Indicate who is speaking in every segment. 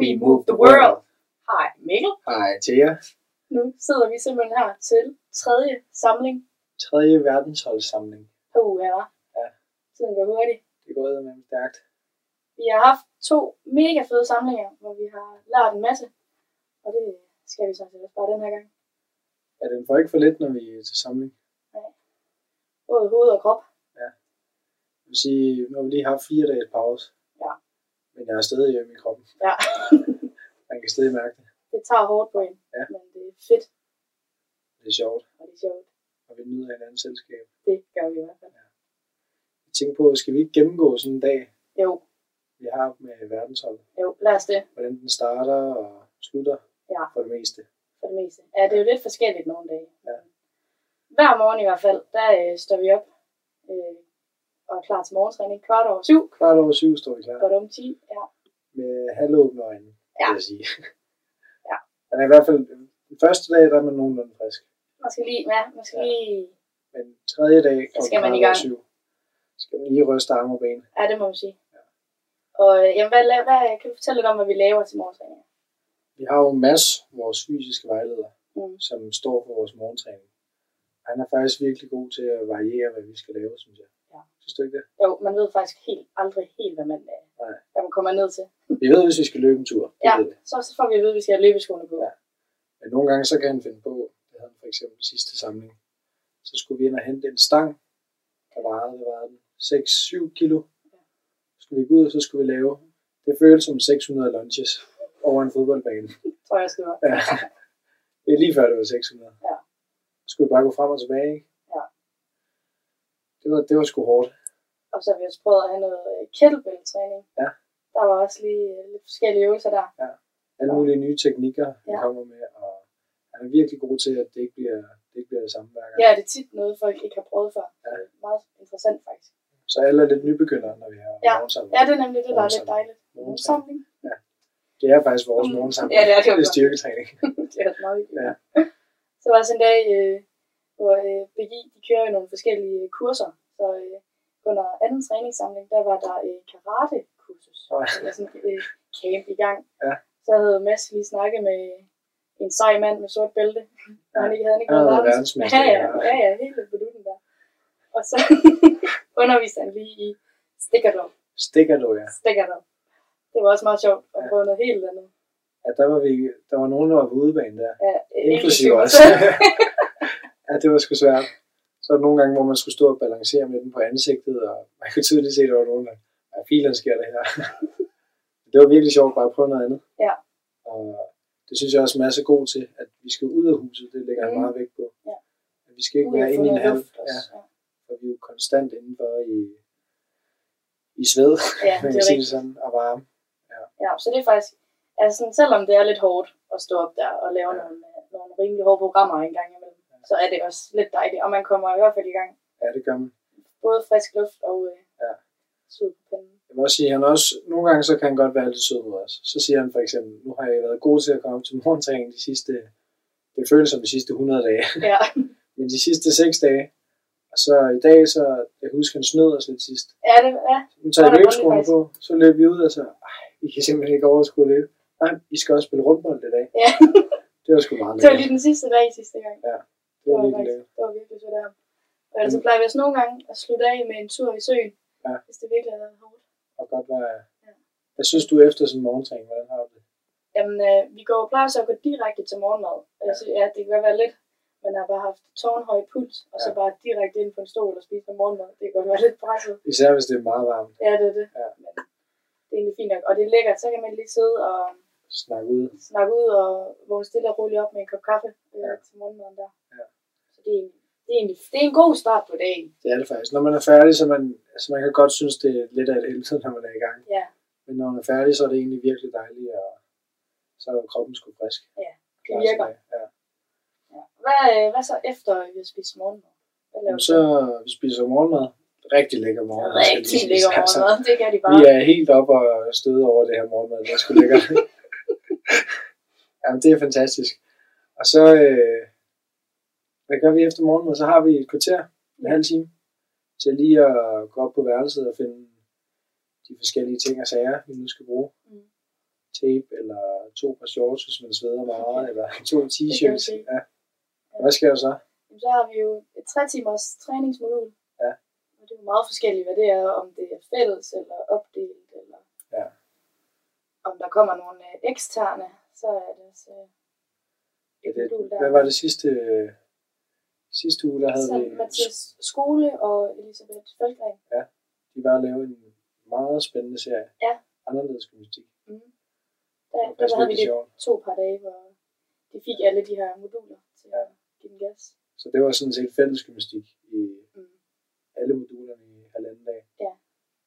Speaker 1: We move the world. Hej Mikkel.
Speaker 2: Hej til jer.
Speaker 1: Nu sidder vi simpelthen her til tredje samling.
Speaker 2: Tredje verdensholdssamling.
Speaker 1: Puh, her var.
Speaker 2: Ja.
Speaker 1: Tiden går hurtigt.
Speaker 2: Det går ud med stærkt.
Speaker 1: Vi har haft to mega fede samlinger, hvor vi har lært en masse. Og det skal vi sådan set også bare den her gang.
Speaker 2: Ja, den får ikke for lidt, når vi er til samling.
Speaker 1: Både hoved og krop.
Speaker 2: Jeg vil sige, nu har vi lige haft fire dages pause.
Speaker 1: Ja.
Speaker 2: Men jeg er stadig hjemme i kroppen.
Speaker 1: Ja.
Speaker 2: Man kan stadig mærke det.
Speaker 1: det tager hårdt på en.
Speaker 2: Ja.
Speaker 1: Men det er fedt,
Speaker 2: Det er sjovt,
Speaker 1: og det er sjovt.
Speaker 2: og vi nyder hinandens selskab.
Speaker 1: Det gør vi i hvert fald.
Speaker 2: Jeg tænker på, skal vi ikke gennemgå sådan en dag,
Speaker 1: Jo,
Speaker 2: vi har med verdenshold?
Speaker 1: jo, lad os det
Speaker 2: Hvordan den starter og slutter
Speaker 1: Ja.
Speaker 2: for det meste.
Speaker 1: for det meste. Ja, det er jo lidt forskelligt nogle dage.
Speaker 2: Ja.
Speaker 1: Hver morgen i hvert fald, der øh, står vi op øh, og er klar til morgentræning. Kvart over syv,
Speaker 2: Kvart over syv står vi klar
Speaker 1: godt om ti. Ja.
Speaker 2: med halvåbne øjne, ja.
Speaker 1: Ja.
Speaker 2: vil jeg sige.
Speaker 1: Ja.
Speaker 2: Men i hvert fald, den første dag, der er man nogenlunde frisk.
Speaker 1: Man skal lige, ja, man skal
Speaker 2: Ja.
Speaker 1: lige,
Speaker 2: Men tredje dag,
Speaker 1: Så skal
Speaker 2: klokken
Speaker 1: man i
Speaker 2: kvart over
Speaker 1: gang.
Speaker 2: syv, skal man lige ryste arme og ben.
Speaker 1: ja, det må man sige. Og øh, jamen, hvad, la- hvad, kan du fortælle lidt om, hvad vi laver til morgentræning?
Speaker 2: Vi har jo Mads, vores fysiske vejleder,
Speaker 1: Mm.
Speaker 2: som står for vores morgentræning. Han er faktisk virkelig god til at variere, hvad vi skal lave, synes jeg.
Speaker 1: Ja.
Speaker 2: Synes du ikke det?
Speaker 1: Jo, man ved faktisk helt, aldrig helt, hvad man, øh,
Speaker 2: Nej.
Speaker 1: hvad man kommer ned til.
Speaker 2: Vi ved, hvis vi skal løbe en tur. Det
Speaker 1: Ja,
Speaker 2: ved vi.
Speaker 1: så, så får vi at vide, at vi skal have løbeskoene på.
Speaker 2: Ja. Men nogle gange, så kan han finde på, det havde han for eksempel sidste samling, så skulle vi ind og hente en stang, der vejede, hvad vejede den? 6-7 kilo. Så skulle vi gå ud, og så skulle vi lave, det føles som 600 lunges over en fodboldbane.
Speaker 1: Tror jeg, jeg skriver.
Speaker 2: Ja. Det er lige før, det var 600.
Speaker 1: Ja.
Speaker 2: Så skulle vi bare gå frem og tilbage, ikke?
Speaker 1: Ja.
Speaker 2: Det var, det var sgu hårdt.
Speaker 1: Og så har vi også prøvet at have noget øh, kettlebell-træning.
Speaker 2: Ja.
Speaker 1: Der var også lige øh, lidt forskellige øvelser der.
Speaker 2: Alle
Speaker 1: Ja.
Speaker 2: mulige nye teknikker, han
Speaker 1: Ja.
Speaker 2: kommer med, og han er virkelig god til, at det ikke bliver det, ikke bliver det samme hver gang.
Speaker 1: Ja, det er tit noget, folk ikke har prøvet før.
Speaker 2: Ja.
Speaker 1: Det er meget interessant faktisk.
Speaker 2: Så alle er lidt nybegyndere, når vi har
Speaker 1: Ja.
Speaker 2: morgensamling.
Speaker 1: Ja, det er nemlig det, der er lidt
Speaker 2: Morgensamling.
Speaker 1: dejligt.
Speaker 2: Morgensamling.
Speaker 1: Morgensamling.
Speaker 2: Det er faktisk vores
Speaker 1: Mm.
Speaker 2: morgensamling.
Speaker 1: Ja, det er det jo
Speaker 2: Det er
Speaker 1: godt.
Speaker 2: styrketræning.
Speaker 1: det er også meget hyggeligt.
Speaker 2: Ja.
Speaker 1: Så var der sådan en dag, øh, hvor øh, BGI de kører jo nogle forskellige kurser. Så øh, under anden træningssamling, der var der øh, karate-kursus.
Speaker 2: Nå ja.
Speaker 1: Eller sådan øh, camp i gang.
Speaker 2: Ja.
Speaker 1: Så havde Mads lige snakket med en sej mand med sort bælte. Og han ikke havde han ikke
Speaker 2: Han
Speaker 1: noget
Speaker 2: har været
Speaker 1: verdens-
Speaker 2: verdensmester.
Speaker 1: Ja, ja, ja, ja, helt vildt på dutten der. Og så underviste han lige i stikkerdom.
Speaker 2: Stikker du, ja.
Speaker 1: Stikkerdom. Det var også meget sjovt at
Speaker 2: Ja.
Speaker 1: prøve noget helt andet.
Speaker 2: ja. der, var vi, der var nogen, der var på udebane der.
Speaker 1: Ja,
Speaker 2: Inklusive os. ja, det var sgu svært. Så var der nogle gange, hvor man skulle stå og balancere med den på ansigtet, og man kunne tydeligt se, at der var nogen, der ja, filen sker det her. det var virkelig sjovt bare at prøve noget andet.
Speaker 1: Ja.
Speaker 2: Og det synes jeg også, Mads er god til, at vi skal ud af huset. Det lægger han
Speaker 1: Mm.
Speaker 2: meget vægt på.
Speaker 1: Ja.
Speaker 2: At vi skal ikke være inde i en halv. Ja, for vi er jo konstant indenfor i, i sved,
Speaker 1: Ja,
Speaker 2: man
Speaker 1: det
Speaker 2: kan sige
Speaker 1: er
Speaker 2: det
Speaker 1: rigtigt.
Speaker 2: sådan, og varme.
Speaker 1: Ja, så det er faktisk, altså sådan, selvom det er lidt hårdt at stå op der og lave
Speaker 2: Ja.
Speaker 1: ja. nogle, øh, nogle rimelig hårde programmer en gang imellem, så er det også lidt dejligt. Og man kommer i hvert fald i gang.
Speaker 2: Ja, det gør man.
Speaker 1: Både frisk luft og øh,
Speaker 2: Ja.
Speaker 1: sved på panden.
Speaker 2: Jeg vil også sige, at han også, nogle gange så kan han godt være lidt sød mod os. Så siger han for eksempel, nu har jeg været god til at komme til morgentræning de sidste, det føles som de sidste 100 dage,
Speaker 1: Ja,
Speaker 2: men de sidste 6 dage. Og så i dag, så jeg husker, han snød os lidt sidst.
Speaker 1: ja, det, ja.
Speaker 2: Nu tager
Speaker 1: Var
Speaker 2: jeg
Speaker 1: der
Speaker 2: løbeskoene
Speaker 1: rundløb,
Speaker 2: på, så løb vi ud og så, ej, vi kan simpelthen ikke overskue at løbe. Nej, I skal også spille rundbold i dag.
Speaker 1: Ja.
Speaker 2: Det var sgu meget
Speaker 1: det var
Speaker 2: lækkert.
Speaker 1: lige den sidste dag sidste gang.
Speaker 2: Det var virkelig lækkert.
Speaker 1: faktisk- det var virkelig sødt af ham. Og ellers så plejer vi også nogle gange at slutte af med en tur i søen,
Speaker 2: Ja.
Speaker 1: hvis det virkelig har været hårdt.
Speaker 2: Og godt være...
Speaker 1: Ja.
Speaker 2: Hvad synes du efter sådan en morgentræning? Hvordan har du det?
Speaker 1: Jamen, øh, vi går plejer så at gå direkte til morgenmad. Ja. Altså, ja, det kan godt være lidt, men jeg har bare haft tårnhøj puls, og så
Speaker 2: Ja.
Speaker 1: bare direkte ind på en stol og spise med morgenmad. Det kan godt være lidt presset.
Speaker 2: Især hvis det er meget varmt.
Speaker 1: Ja, det er det.
Speaker 2: Ja.
Speaker 1: Men det er egentlig fint nok. Og det er lækkert, så kan man lige sidde og
Speaker 2: Snak ud.
Speaker 1: snakke ud og vågne stille og roligt op med en kop kaffe øh,
Speaker 2: Ja.
Speaker 1: til morgenmaden der.
Speaker 2: Ja.
Speaker 1: Så det er, egentlig- det, er egentlig, det er en god start på dagen.
Speaker 2: Det er det faktisk. Når man er færdig, så man, altså man kan godt synes, det er lidt af et helvede, når man er i gang.
Speaker 1: Ja,
Speaker 2: Men når man er færdig, så er det egentlig virkelig dejligt, og så er kroppen sgu frisk.
Speaker 1: det virker.
Speaker 2: Ja.
Speaker 1: Ja. Hvad, øh, hvad så efter, at vi har spist morgenmad? Hvad laver
Speaker 2: Jamen,
Speaker 1: du
Speaker 2: så øh, vi spiser morgenmad. Rigtig lækker morgenmad. skal
Speaker 1: Rigtig
Speaker 2: lige
Speaker 1: lækker
Speaker 2: siges. Altså,
Speaker 1: morgenmad. Det kan de bare.
Speaker 2: Vi er helt op og støde over det her morgenmad. Det er sgu lækkert. Jamen, det er fantastisk. Og så, øh, hvad gør vi efter morgenmad? Så har vi et kvarter, en halv time, til lige at gå op på værelset og finde de forskellige ting og sager, vi nu skal bruge.
Speaker 1: Mm.
Speaker 2: Tape, eller to par shorts, hvis man sveder meget,
Speaker 1: Okay.
Speaker 2: eller to t-shirts.
Speaker 1: se.
Speaker 2: Ja. Og Hvad sker der så?
Speaker 1: Jamen, så har vi jo et tre timers træningsmodul.
Speaker 2: Ja.
Speaker 1: Og det er jo meget forskelligt, hvad det er, om det er fælles eller opdelt, eller
Speaker 2: Ja.
Speaker 1: om der kommer nogle øh, eksterne, så er det så
Speaker 2: Ja,
Speaker 1: et
Speaker 2: det,
Speaker 1: modul der.
Speaker 2: hvad var det sidste, øh, sidste uge, der havde
Speaker 1: Så
Speaker 2: vi,
Speaker 1: Mathias Skole og Elisabeth Folkering.
Speaker 2: de var at lave en meget spændende serie.
Speaker 1: Ja.
Speaker 2: Anderledes gymnastik.
Speaker 1: Mm.
Speaker 2: Det
Speaker 1: Der,
Speaker 2: var
Speaker 1: der
Speaker 2: faktisk
Speaker 1: havde vi
Speaker 2: virkelig sjovt.
Speaker 1: det to par dage, hvor de fik alle de her moduler til
Speaker 2: Ja.
Speaker 1: at give den gas.
Speaker 2: Så det var sådan set fælles gymnastik i
Speaker 1: Mm.
Speaker 2: alle modulerne i halvanden dag.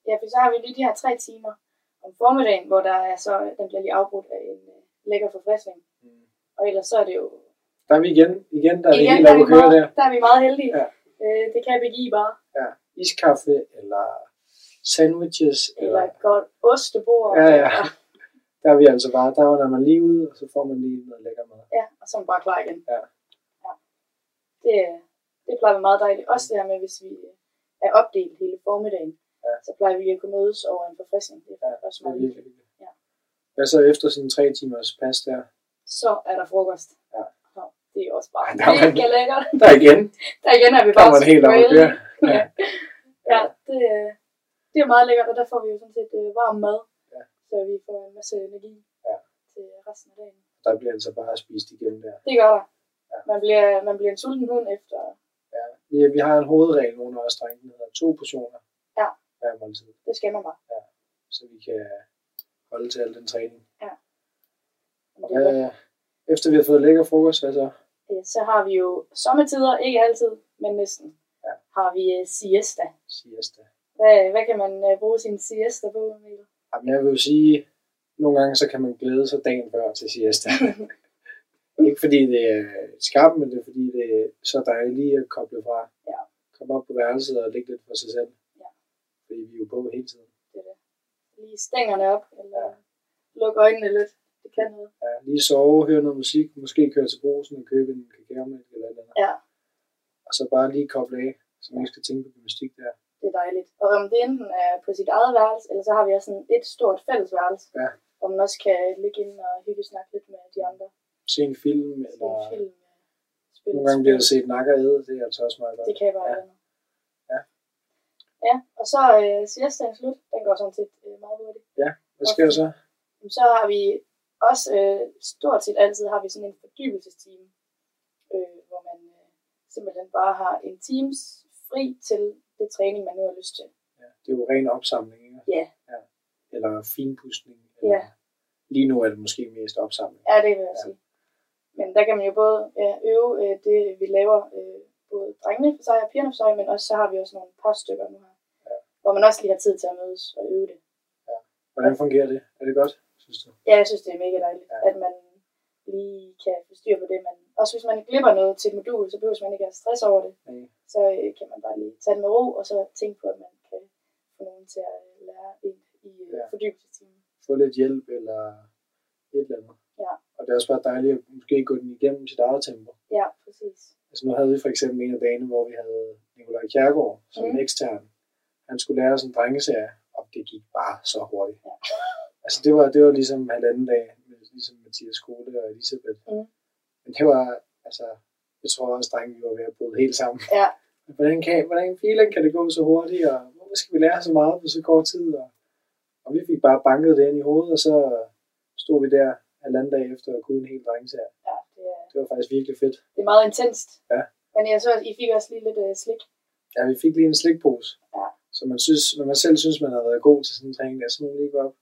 Speaker 1: Ja, for så har vi lige de her tre timer om formiddagen, hvor der er så, den bliver lige afbrudt af en øh, lækker forfriskning.
Speaker 2: Mm.
Speaker 1: Og ellers så er det jo
Speaker 2: Der er vi igen. Igen, der er vi
Speaker 1: Igen,
Speaker 2: helt oppe at køre
Speaker 1: meget,
Speaker 2: der.
Speaker 1: der er vi meget heldige.
Speaker 2: Ja.
Speaker 1: Ja. Øh, det kan BGI bare.
Speaker 2: Ja. Iskaffe, eller sandwiches,
Speaker 1: Eller et godt ostebord.
Speaker 2: Ja, ja. Der er vi altså bare, der var man lige ude, og så får man lige noget lækker mad.
Speaker 1: ja, og så er man bare klar igen.
Speaker 2: Ja.
Speaker 1: ja. Det, det plejer at være meget dejligt. Også det her med, hvis vi øh, er opdelt hele formiddagen,
Speaker 2: Ja.
Speaker 1: ja. så plejer vi lige at kunne mødes over en forfriskning. Det er også
Speaker 2: Det er
Speaker 1: meget
Speaker 2: virkelig
Speaker 1: hyggeligt.
Speaker 2: hyggeligt.
Speaker 1: Ja.
Speaker 2: Hvad så efter sådan tre timers pas der?
Speaker 1: Så er der frokost.
Speaker 2: Ja.
Speaker 1: Nå, det er også bare
Speaker 2: Der var-
Speaker 1: mega lækkert.
Speaker 2: Der igen,
Speaker 1: Der igen er vi
Speaker 2: der
Speaker 1: bare
Speaker 2: var man helt oppe at
Speaker 1: sprayet.
Speaker 2: køre. Ja.
Speaker 1: Ja, det, øh, det er meget lækkert, og der får vi jo sådan set øh, varm mad,
Speaker 2: Ja.
Speaker 1: så vi får en masse energi
Speaker 2: Ja.
Speaker 1: til resten af dagen.
Speaker 2: Der bliver altså bare spist igennem der.
Speaker 1: Det gør der.
Speaker 2: Ja.
Speaker 1: Man, bliver, man bliver en sulten hund efter.
Speaker 2: Ja. Vi, vi har en hovedregel under os drenge, der hedder to portioner
Speaker 1: Ja.
Speaker 2: hver måltid,
Speaker 1: Det skal man bare.
Speaker 2: så vi kan holde til al den træning.
Speaker 1: Men
Speaker 2: Og
Speaker 1: det er godt.
Speaker 2: hvad, efter vi har fået lækker frokost, hvad så?
Speaker 1: Ja, Øh, så har vi jo sommetider, ikke altid, men næsten,
Speaker 2: Ja.
Speaker 1: har vi øh, siesta.
Speaker 2: Siesta.
Speaker 1: Hvad, hvad kan man øh, bruge sin siesta på, Mikkel?
Speaker 2: Jamen, jeg vil jo sige, nogle gange så kan man glæde sig dagen før til siesta. ikke fordi det er skarpt, men det er fordi det er så dejligt lige at koble fra.
Speaker 1: Ja.
Speaker 2: Komme op på værelset og ligge lidt for sig selv.
Speaker 1: Ja.
Speaker 2: Fordi vi er jo på hele tiden.
Speaker 1: Det er det. Lige stængerne op, eller
Speaker 2: Ja.
Speaker 1: ja. luk øjnene lidt. Det kan noget.
Speaker 2: Ja, lige sove, høre noget musik, måske køre til brusen og købe en kakaomælk eller et eller andet.
Speaker 1: Ja,
Speaker 2: Og så bare lige koble af, så man ikke skal tænke på gymnastik der.
Speaker 1: det er dejligt. Og om det enten er på sit eget værelse, eller så har vi også sådan et stort fællesværelse,
Speaker 2: Ja.
Speaker 1: hvor man også kan ligge ind og hygge snakke lidt med de andre.
Speaker 2: Se en film,
Speaker 1: Se
Speaker 2: eller
Speaker 1: en film, spille
Speaker 2: nogle
Speaker 1: et
Speaker 2: gange bliver
Speaker 1: spil.
Speaker 2: der set nakker æde, det er altså også meget godt.
Speaker 1: Det kan bare
Speaker 2: Ja.
Speaker 1: ja.
Speaker 2: Ja.
Speaker 1: Ja, og så øh, siestaen slut. Den går sådan set øh, meget hurtigt.
Speaker 2: Hvad sker der så?
Speaker 1: Jamen, Så har vi også øh, stort set altid har vi sådan en fordybelsestime, øh, hvor man øh, simpelthen bare har en times fri til det træning, man nu har lyst til.
Speaker 2: Ja, det er jo ren opsamling, ikke?
Speaker 1: Ja.
Speaker 2: ja. Eller finpustning. Eller...
Speaker 1: Ja.
Speaker 2: Lige nu er det måske mest opsamling.
Speaker 1: Ja, det vil jeg
Speaker 2: Ja.
Speaker 1: ja. sige. Men der kan man jo både ja, øve øh, det, vi laver, øh, både drengene for sig og pigerne for sig, men også så har vi også nogle par stykker nu her,
Speaker 2: Ja.
Speaker 1: hvor man også lige har tid til at mødes og øve det.
Speaker 2: Hvordan fungerer det? Er det godt, synes du?
Speaker 1: Ja, jeg synes, det er mega dejligt,
Speaker 2: Ja.
Speaker 1: ja. at man lige kan få styr på det. Men også hvis man glipper noget til et modul, så behøver man ikke have stress over det.
Speaker 2: Nej.
Speaker 1: Så øh, kan man bare lige tage det med ro, og så tænke på, at man kan få nogen til at lære en i
Speaker 2: Ja.
Speaker 1: ja. fordybelsestimen.
Speaker 2: Få lidt hjælp eller et eller andet.
Speaker 1: Ja.
Speaker 2: Og det er også bare dejligt at måske gå den igennem sit eget tempo.
Speaker 1: Ja, præcis.
Speaker 2: Altså nu havde vi for eksempel en af dagene, hvor vi havde Nikolaj Kjærgaard som mm.
Speaker 1: Mm.
Speaker 2: ekstern. Han skulle lære os en drengeserie, og det gik bare så hurtigt.
Speaker 1: Ja.
Speaker 2: Altså det var, det var ligesom halvanden dag, med, ligesom Mathias Skole og Elisabeth.
Speaker 1: Mm.
Speaker 2: Men det var, altså, jeg tror også, drenge vi var ved at bryde helt sammen.
Speaker 1: Ja.
Speaker 2: Hvordan kan, hvordan filen kan det gå så hurtigt, og hvorfor skal vi lære så meget på så kort tid? Og, og vi fik bare banket det ind i hovedet, og så stod vi der halvanden dag efter og kunne en hel drengeserie.
Speaker 1: Ja, det er,
Speaker 2: Det var faktisk virkelig fedt.
Speaker 1: det er meget intenst.
Speaker 2: Ja.
Speaker 1: Men jeg så, at I fik også lige lidt øh, slik.
Speaker 2: Ja, vi fik lige en slikpose.
Speaker 1: Ja.
Speaker 2: Så man synes, når man selv synes, man har været god til sådan en træning, der, så må man lige gå op.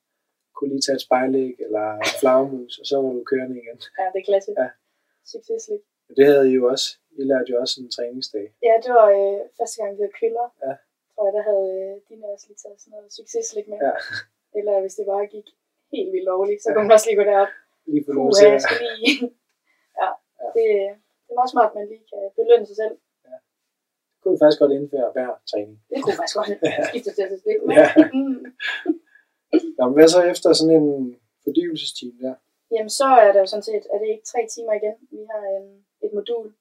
Speaker 2: Kunne lige tage et spejlæg eller en flagermus, og så var du kørende igen.
Speaker 1: Ja, det er klasse.
Speaker 2: Ja.
Speaker 1: Succeslik.
Speaker 2: Men det havde I jo også. I lærte jo også sådan en træningsdag.
Speaker 1: Ja, det var øh, første gang, vi havde køller.
Speaker 2: Ja.
Speaker 1: Tror jeg, der havde øh, dine også lige taget sådan noget succeslik med.
Speaker 2: Ja.
Speaker 1: Eller hvis det bare gik helt vildt lovligt, så
Speaker 2: Ja.
Speaker 1: kunne man også lige gå derop.
Speaker 2: Lige for nogen
Speaker 1: Puha,
Speaker 2: til
Speaker 1: jeg
Speaker 2: at
Speaker 1: skal lige... ja,
Speaker 2: Ja.
Speaker 1: det, øh, det er meget smart, at man lige kan belønne sig selv.
Speaker 2: kunne vi faktisk godt indføre hver træning.
Speaker 1: Det kunne faktisk godt skifte til at Mm. spille.
Speaker 2: Ja. Nå, men hvad så efter sådan en fordybelsestime der?
Speaker 1: Jamen, så er der jo sådan set, er det ikke tre timer igen. Vi har øhm, et modul,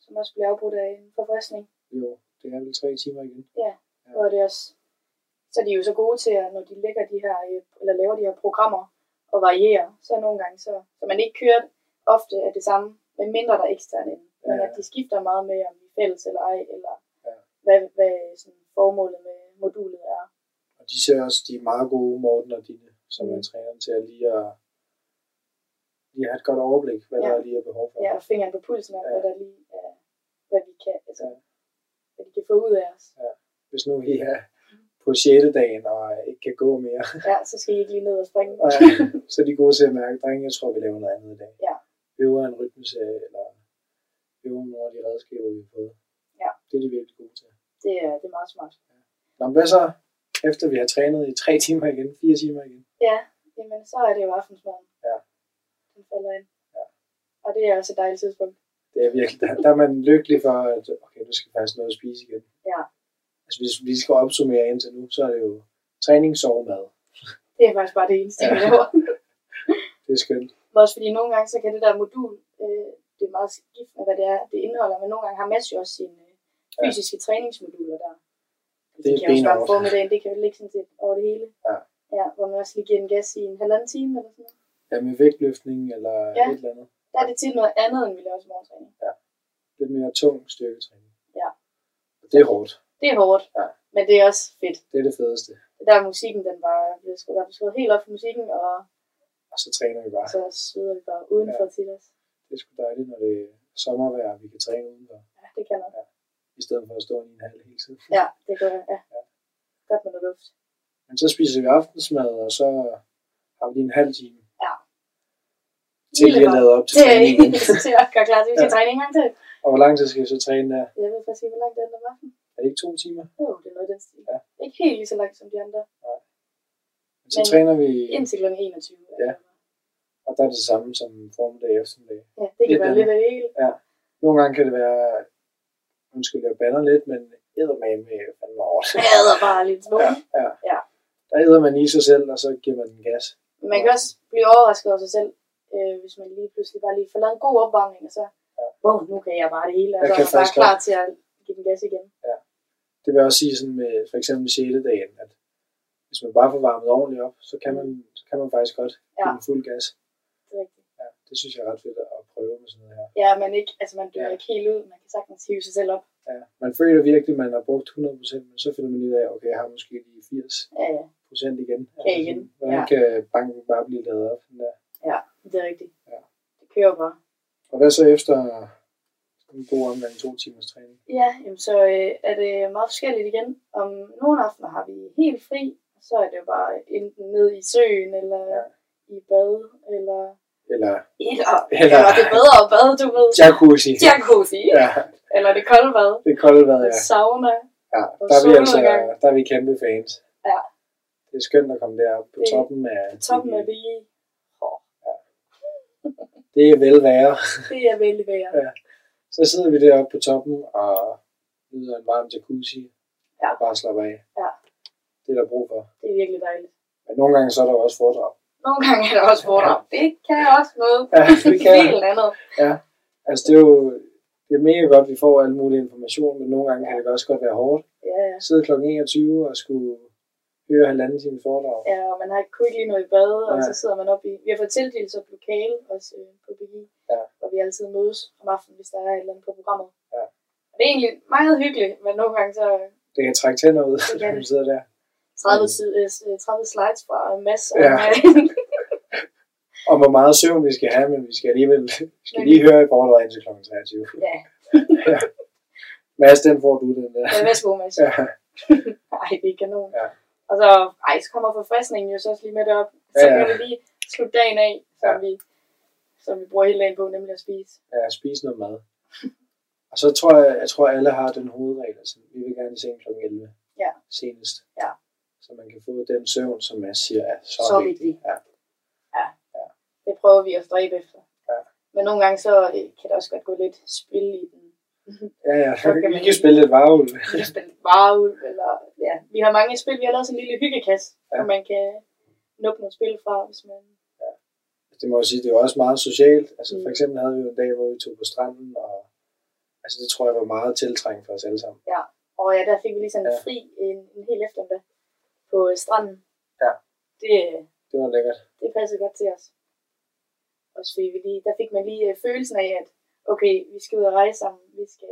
Speaker 1: som også bliver afbrudt af en forfriskning,
Speaker 2: Jo, det er vel tre timer igen.
Speaker 1: hvor det også Så de er jo så gode til, at når de lægger de her, øh, eller laver de her programmer og varierer, så nogle gange, så, så man ikke kører ofte af det samme, med mindre der er eksterne, ja. men
Speaker 2: Ja.
Speaker 1: at de skifter meget med, om vi er fælles eller ej, eller
Speaker 2: Ja.
Speaker 1: ja. hvad, hvad sådan, formålet med modulet er.
Speaker 2: Og de ser også, de er meget gode, Morten og Dine, som
Speaker 1: Mm.
Speaker 2: er træneren til at lige at, lige at have et godt overblik, hvad ja.
Speaker 1: Ja.
Speaker 2: der lige er behov for.
Speaker 1: Ja, og fingeren på pulsen, og
Speaker 2: Ja.
Speaker 1: hvad der lige er, hvad vi kan, altså,
Speaker 2: Ja.
Speaker 1: ja. hvad de kan få ud af os.
Speaker 2: Hvis nu vi er på 6. dagen og ikke kan gå mere,
Speaker 1: Ja, så skal I ikke lige ned og springe.
Speaker 2: og så er de gode til at mærke, drenge, jeg tror, vi laver noget andet i dag.
Speaker 1: Ja.
Speaker 2: Øver en rytmeserie, eller øver nogle af de redskaber, vi har fået.
Speaker 1: Ja.
Speaker 2: Det er de virkelig gode til.
Speaker 1: Det er, det er meget smart.
Speaker 2: Nå, men hvad så, efter vi har trænet i tre timer igen, fire timer igen?
Speaker 1: Ja, jamen så er det jo aftensmaden.
Speaker 2: Ja.
Speaker 1: Den falder ind.
Speaker 2: Ja.
Speaker 1: Og det er også et dejligt tidspunkt.
Speaker 2: Det er virkelig, der, der er man lykkelig for, at okay, nu skal vi faktisk noget at spise igen.
Speaker 1: Ja.
Speaker 2: Altså, hvis vi skal opsummere indtil nu, så er det jo træning, sove, mad.
Speaker 1: Det er faktisk bare det eneste,
Speaker 2: Ja.
Speaker 1: ja. jeg laver.
Speaker 2: Det er skønt.
Speaker 1: Men Også fordi nogle gange, så kan det der modul, øh, det er meget skiftende, hvad det er, det indeholder, men nogle gange har Mads jo også sine øh,
Speaker 2: Ja.
Speaker 1: fysiske træningsmoduler der.
Speaker 2: Det er
Speaker 1: kan jo
Speaker 2: benhårdt.
Speaker 1: starte formiddagen, det kan jo ligge sådan set over det hele.
Speaker 2: Ja.
Speaker 1: ja. hvor man også lige giver en gas i en halvanden time eller sådan noget.
Speaker 2: Ja, med vægtløftning eller ja.
Speaker 1: Ja.
Speaker 2: et eller andet.
Speaker 1: Der er det tit noget andet, end vi laver som morgentræning.
Speaker 2: Lidt mere tung styrketræning.
Speaker 1: Ja.
Speaker 2: Og det er hårdt.
Speaker 1: Det er hårdt,
Speaker 2: Ja.
Speaker 1: men det er også fedt.
Speaker 2: Det er det fedeste.
Speaker 1: Det der er musikken, den var blevet skruet, der blev skruet helt op for musikken, og
Speaker 2: Og så træner vi bare.
Speaker 1: så sveder vi bare udenfor ja. til os.
Speaker 2: Det er sgu dejligt, når det er sommervejr, og vi kan træne udenfor,
Speaker 1: Ja, det kan noget.
Speaker 2: i stedet for at stå i en halv hele tiden.
Speaker 1: Ja, det gør jeg. Ja. Godt med noget luft.
Speaker 2: Men så spiser vi aftensmad, og så har vi lige en halv time.
Speaker 1: Ja.
Speaker 2: Til lige at
Speaker 1: Umiddelbart.
Speaker 2: lade op til
Speaker 1: Det er
Speaker 2: træningen.
Speaker 1: ikke til at gøre klar til, at vi skal
Speaker 2: Ja.
Speaker 1: ja. træne en gang til.
Speaker 2: Og hvor lang tid skal vi så træne der?
Speaker 1: Jeg ved faktisk ikke, hvor langt det er om aftenen.
Speaker 2: Er det ikke to timer?
Speaker 1: Jo, det er noget af den stil.
Speaker 2: Ja.
Speaker 1: Ikke helt lige så langt som de andre.
Speaker 2: Men så
Speaker 1: Men-
Speaker 2: træner vi,
Speaker 1: Indtil kl. 21.
Speaker 2: Ja. og der er det samme som formiddag og eftermiddag.
Speaker 1: ja det kan
Speaker 2: Lidt
Speaker 1: være
Speaker 2: andet.
Speaker 1: lidt af det hele.
Speaker 2: Nogle gange kan det være, undskyld, jeg banner lidt, men eddermame med fandme hårdt.
Speaker 1: Jeg hader bare lidt
Speaker 2: Ja,
Speaker 1: vågen.
Speaker 2: ja.
Speaker 1: Ja.
Speaker 2: Der æder man i sig selv, og så giver man den gas.
Speaker 1: Men Man kan også blive overrasket over sig selv, øh, hvis man lige pludselig bare lige får lavet en god opvarmning, og så,
Speaker 2: Ja.
Speaker 1: wow, nu kan jeg bare det hele, og
Speaker 2: Jeg
Speaker 1: så
Speaker 2: kan
Speaker 1: er man bare
Speaker 2: faktisk
Speaker 1: klar til at give den gas igen.
Speaker 2: Det vil jeg også sige sådan med for eksempel 6. dagen, at hvis man bare får varmet ordentligt op, så kan man, så kan man faktisk godt give
Speaker 1: Ja.
Speaker 2: den fuld gas.
Speaker 1: Det er rigtigt.
Speaker 2: Ja, det synes jeg er ret fedt at prøve med sådan noget her.
Speaker 1: Ja, man, ikke, altså man dør
Speaker 2: Ja.
Speaker 1: ja. ikke helt ud, man kan sagtens hive sig selv op.
Speaker 2: Ja, man føler virkelig, at man har brugt 100%, men så finder man ud af, okay, jeg har måske lige 80%
Speaker 1: Ja, ja,
Speaker 2: igen.
Speaker 1: Ja, igen.
Speaker 2: sådan, Hvordan
Speaker 1: Ja.
Speaker 2: kan banken bare blive lavet op? Den der?
Speaker 1: det er rigtigt.
Speaker 2: Ja.
Speaker 1: Det kører bare.
Speaker 2: Og hvad så efter en god omgang to timers træning?
Speaker 1: Ja, jamen så øh, er det meget forskelligt igen. Om nogle aftener har vi helt fri, og så er det jo bare enten ned i søen, eller
Speaker 2: Ja.
Speaker 1: ja. i bad, eller...
Speaker 2: Eller
Speaker 1: Eller,
Speaker 2: Eller-
Speaker 1: eller det bedre at bade, du ved.
Speaker 2: jacuzzi?
Speaker 1: Jacuzzi. Ja.
Speaker 2: Ja,
Speaker 1: Eller det kolde bad.
Speaker 2: det er koldt vejr,
Speaker 1: Ja.
Speaker 2: ja.
Speaker 1: Sauna.
Speaker 2: ja.
Speaker 1: Og
Speaker 2: Der er vi altså
Speaker 1: solnedgang.
Speaker 2: der er vi kæmpe fans.
Speaker 1: Ja.
Speaker 2: Det er skønt at komme derop på
Speaker 1: Det-
Speaker 2: toppen af...
Speaker 1: På toppen af
Speaker 2: Mm-hmm.
Speaker 1: det. Åh,
Speaker 2: Det er velvære.
Speaker 1: det er vældig værd.
Speaker 2: Ja. Så sidder vi deroppe på toppen og nyder en varm jacuzzi
Speaker 1: Ja.
Speaker 2: og bare slapper af.
Speaker 1: Ja.
Speaker 2: Det er der brug for.
Speaker 1: Det er virkelig dejligt.
Speaker 2: Men nogle gange så er der jo også foredrag.
Speaker 1: Nogle gange er der også fordrag. Det kan jeg også noget.
Speaker 2: Ja, det kan jeg.
Speaker 1: Helt andet.
Speaker 2: Altså det er jo det er mega godt, at vi får al mulig information, men nogle gange kan det også godt være hårdt.
Speaker 1: Ja, ja.
Speaker 2: Sidde kl. 21 og skulle høre halvanden time foredrag.
Speaker 1: Ja, og man har ikke kunne ikke lige noget i bad, og
Speaker 2: Nej.
Speaker 1: så sidder man op i... Vi har fået tildelt så et lokale også øh, på BG,
Speaker 2: Ja.
Speaker 1: hvor vi altid mødes om aftenen, hvis der er et eller andet på programmet.
Speaker 2: Ja.
Speaker 1: Og det er egentlig meget hyggeligt, men nogle gange så
Speaker 2: Det kan trække tænder ud,
Speaker 1: Det
Speaker 2: når
Speaker 1: kan
Speaker 2: man
Speaker 1: det.
Speaker 2: sidder der.
Speaker 1: 30,
Speaker 2: Mm.
Speaker 1: side, øh, s- øh, 30 slides fra Mads og
Speaker 2: Ja.
Speaker 1: mig.
Speaker 2: Og hvor meget søvn vi skal have, men vi skal alligevel vi skal lige høre i foredrag indtil kl. 23.
Speaker 1: ja,
Speaker 2: Mads, den får du den der.
Speaker 1: det er Mads god, Mads.
Speaker 2: Ja,
Speaker 1: Ej, det er kanon.
Speaker 2: Ja.
Speaker 1: Og så, ej, så kommer forfriskningen jo så også lige med derop. Så
Speaker 2: Ja, ja.
Speaker 1: kan vi lige slutte dagen af, som,
Speaker 2: Ja.
Speaker 1: vi, som vi bruger hele dagen på, nemlig at spise.
Speaker 2: ja spise noget mad. Og så tror jeg, jeg tror alle har den hovedregel, altså vi vil gerne i seng kl. 11
Speaker 1: Ja.
Speaker 2: senest.
Speaker 1: Ja.
Speaker 2: Så man kan få den søvn, som Mads siger er så,
Speaker 1: Så
Speaker 2: vigtig.
Speaker 1: vigtig.
Speaker 2: Ja.
Speaker 1: Det prøver vi at stræbe efter.
Speaker 2: Ja.
Speaker 1: Men nogle gange så øh, kan det også godt gå lidt spil i den.
Speaker 2: Ja, ja.
Speaker 1: Så kan
Speaker 2: vi
Speaker 1: man
Speaker 2: kan
Speaker 1: lige-
Speaker 2: spille lidt varvel.
Speaker 1: Vi kan spille varulv, eller ja. Vi har mange spil. Vi har lavet sådan en lille hyggekasse,
Speaker 2: Ja.
Speaker 1: ja. hvor man kan nuppe nogle spil fra, hvis man...
Speaker 2: det må jeg sige, det var også meget socialt. Altså mm.
Speaker 1: Mm.
Speaker 2: for eksempel havde vi jo en dag, hvor vi tog på stranden, og altså det tror jeg var meget tiltrængt for os alle sammen.
Speaker 1: Og ja, der fik vi lige sådan en
Speaker 2: Ja.
Speaker 1: fri en, en hel eftermiddag på på øh, stranden.
Speaker 2: Ja.
Speaker 1: Det, øh,
Speaker 2: Det var lækkert.
Speaker 1: det passede godt til os. Og så fik vi lige, der fik man lige øh, følelsen af, at okay, vi skal ud og rejse sammen. Vi skal,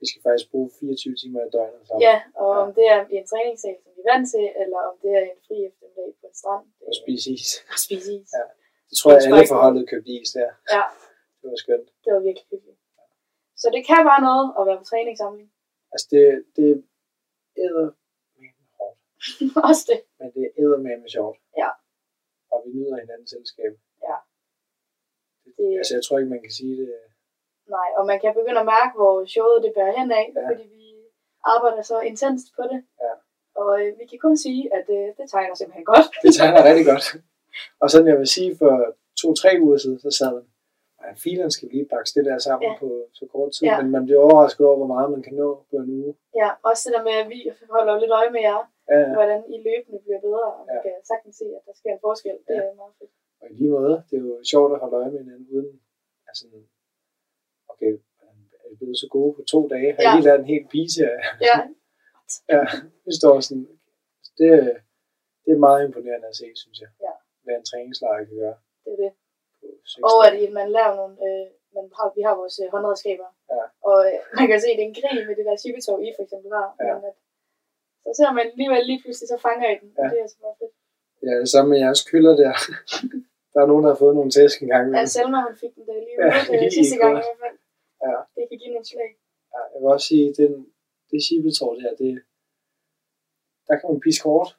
Speaker 2: Vi skal faktisk bruge 24 timer i døgnet sammen.
Speaker 1: ja, og
Speaker 2: Ja.
Speaker 1: om det er i en træningssal, som vi er vant til, eller om det er en fri eftermiddag på en strand.
Speaker 2: Og spise is.
Speaker 1: og spise is.
Speaker 2: Ja. Det tror jeg,
Speaker 1: Det er
Speaker 2: alle
Speaker 1: faktisk-
Speaker 2: forholdet købte is der.
Speaker 1: ja.
Speaker 2: Det var skønt.
Speaker 1: det var virkelig hyggeligt. Så det kan bare noget at være på træning sammen.
Speaker 2: Altså, det, det er eddermame hårdt.
Speaker 1: Også det.
Speaker 2: Men det er eddermame sjovt.
Speaker 1: Ja.
Speaker 2: Og vi nyder hinandens selskab.
Speaker 1: Ja.
Speaker 2: Det...
Speaker 1: Det-
Speaker 2: Altså, jeg tror ikke, man kan sige det.
Speaker 1: Nej, og man kan begynde at mærke, hvor showet det bærer hen af,
Speaker 2: Ja.
Speaker 1: ja. fordi vi arbejder så intenst på det.
Speaker 2: Ja.
Speaker 1: Og øh, vi kan kun sige, at øh, det tegner simpelthen godt.
Speaker 2: Det tegner rigtig godt. Og sådan, jeg vil sige, for to-tre uger siden, så sad man, at filerne skal vi lige bakke det der sammen ja.
Speaker 1: Ja.
Speaker 2: på så kort tid. Ja.
Speaker 1: Ja.
Speaker 2: Men man bliver overrasket over, hvor meget man kan nå på en uge.
Speaker 1: Ja, også det der med, at vi holder jo lidt øje med jer,
Speaker 2: Ja, ja.
Speaker 1: hvordan I løbende bliver bedre, og man
Speaker 2: Ja.
Speaker 1: kan sagtens se, at der sker en forskel. Det
Speaker 2: Ja.
Speaker 1: er meget fedt.
Speaker 2: Og i lige måde, det er jo sjovt at holde øje med hinanden uden, altså, okay, er vi blevet så gode på to dage? Har ja.
Speaker 1: Ja.
Speaker 2: lige lært en hel pige af?
Speaker 1: Ja,
Speaker 2: Ja, vi står sådan, det, det er meget imponerende at se, synes jeg.
Speaker 1: Ja.
Speaker 2: Hvad en træningslejr kan gøre.
Speaker 1: det er det.
Speaker 2: På seks
Speaker 1: Og at
Speaker 2: dage.
Speaker 1: I- man laver nogle, øh, man har, vi har vores øh, håndredskaber,
Speaker 2: Ja.
Speaker 1: og øh, man kan se, at det er en krig med det der cykeltog, I for eksempel har.
Speaker 2: Ja.
Speaker 1: Men at, så ser man alligevel lige pludselig, så fanger I den, ja.
Speaker 2: Ja.
Speaker 1: og det er så meget fedt.
Speaker 2: Ja, det samme med jeres køller der. der er nogen, der har fået nogle tæsk engang. Men,
Speaker 1: Ja, Selma, hun fik den der lige
Speaker 2: Ja,
Speaker 1: ude,
Speaker 2: lige
Speaker 1: øh,
Speaker 2: i
Speaker 1: sidste gang i
Speaker 2: går.
Speaker 1: hvert fald.
Speaker 2: Ja.
Speaker 1: Det kan give nogle slag.
Speaker 2: ja, jeg vil også sige, den, det chibetår der, det, der kan man piske hårdt.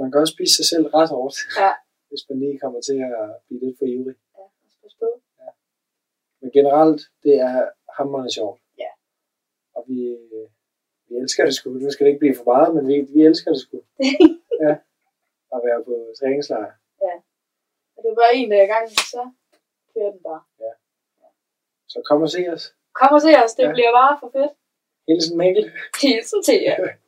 Speaker 2: Man kan også pisse sig selv ret hårdt,
Speaker 1: Ja.
Speaker 2: hvis man lige kommer til at blive lidt for ivrig.
Speaker 1: Ja, og så pas på.
Speaker 2: Men generelt, det er hammerende sjovt.
Speaker 1: Ja.
Speaker 2: Og vi, vi elsker det sgu. Nu skal det ikke blive for meget, men vi, vi elsker det sgu. ja. At være på træningslejr.
Speaker 1: Og det er bare en dag i gang, så kører den bare.
Speaker 2: Så kom og se os.
Speaker 1: Kom og se os, det
Speaker 2: Ja.
Speaker 1: ja. bliver bare for fedt.
Speaker 2: Hilsen Mikkel.
Speaker 1: Hilsen til jer.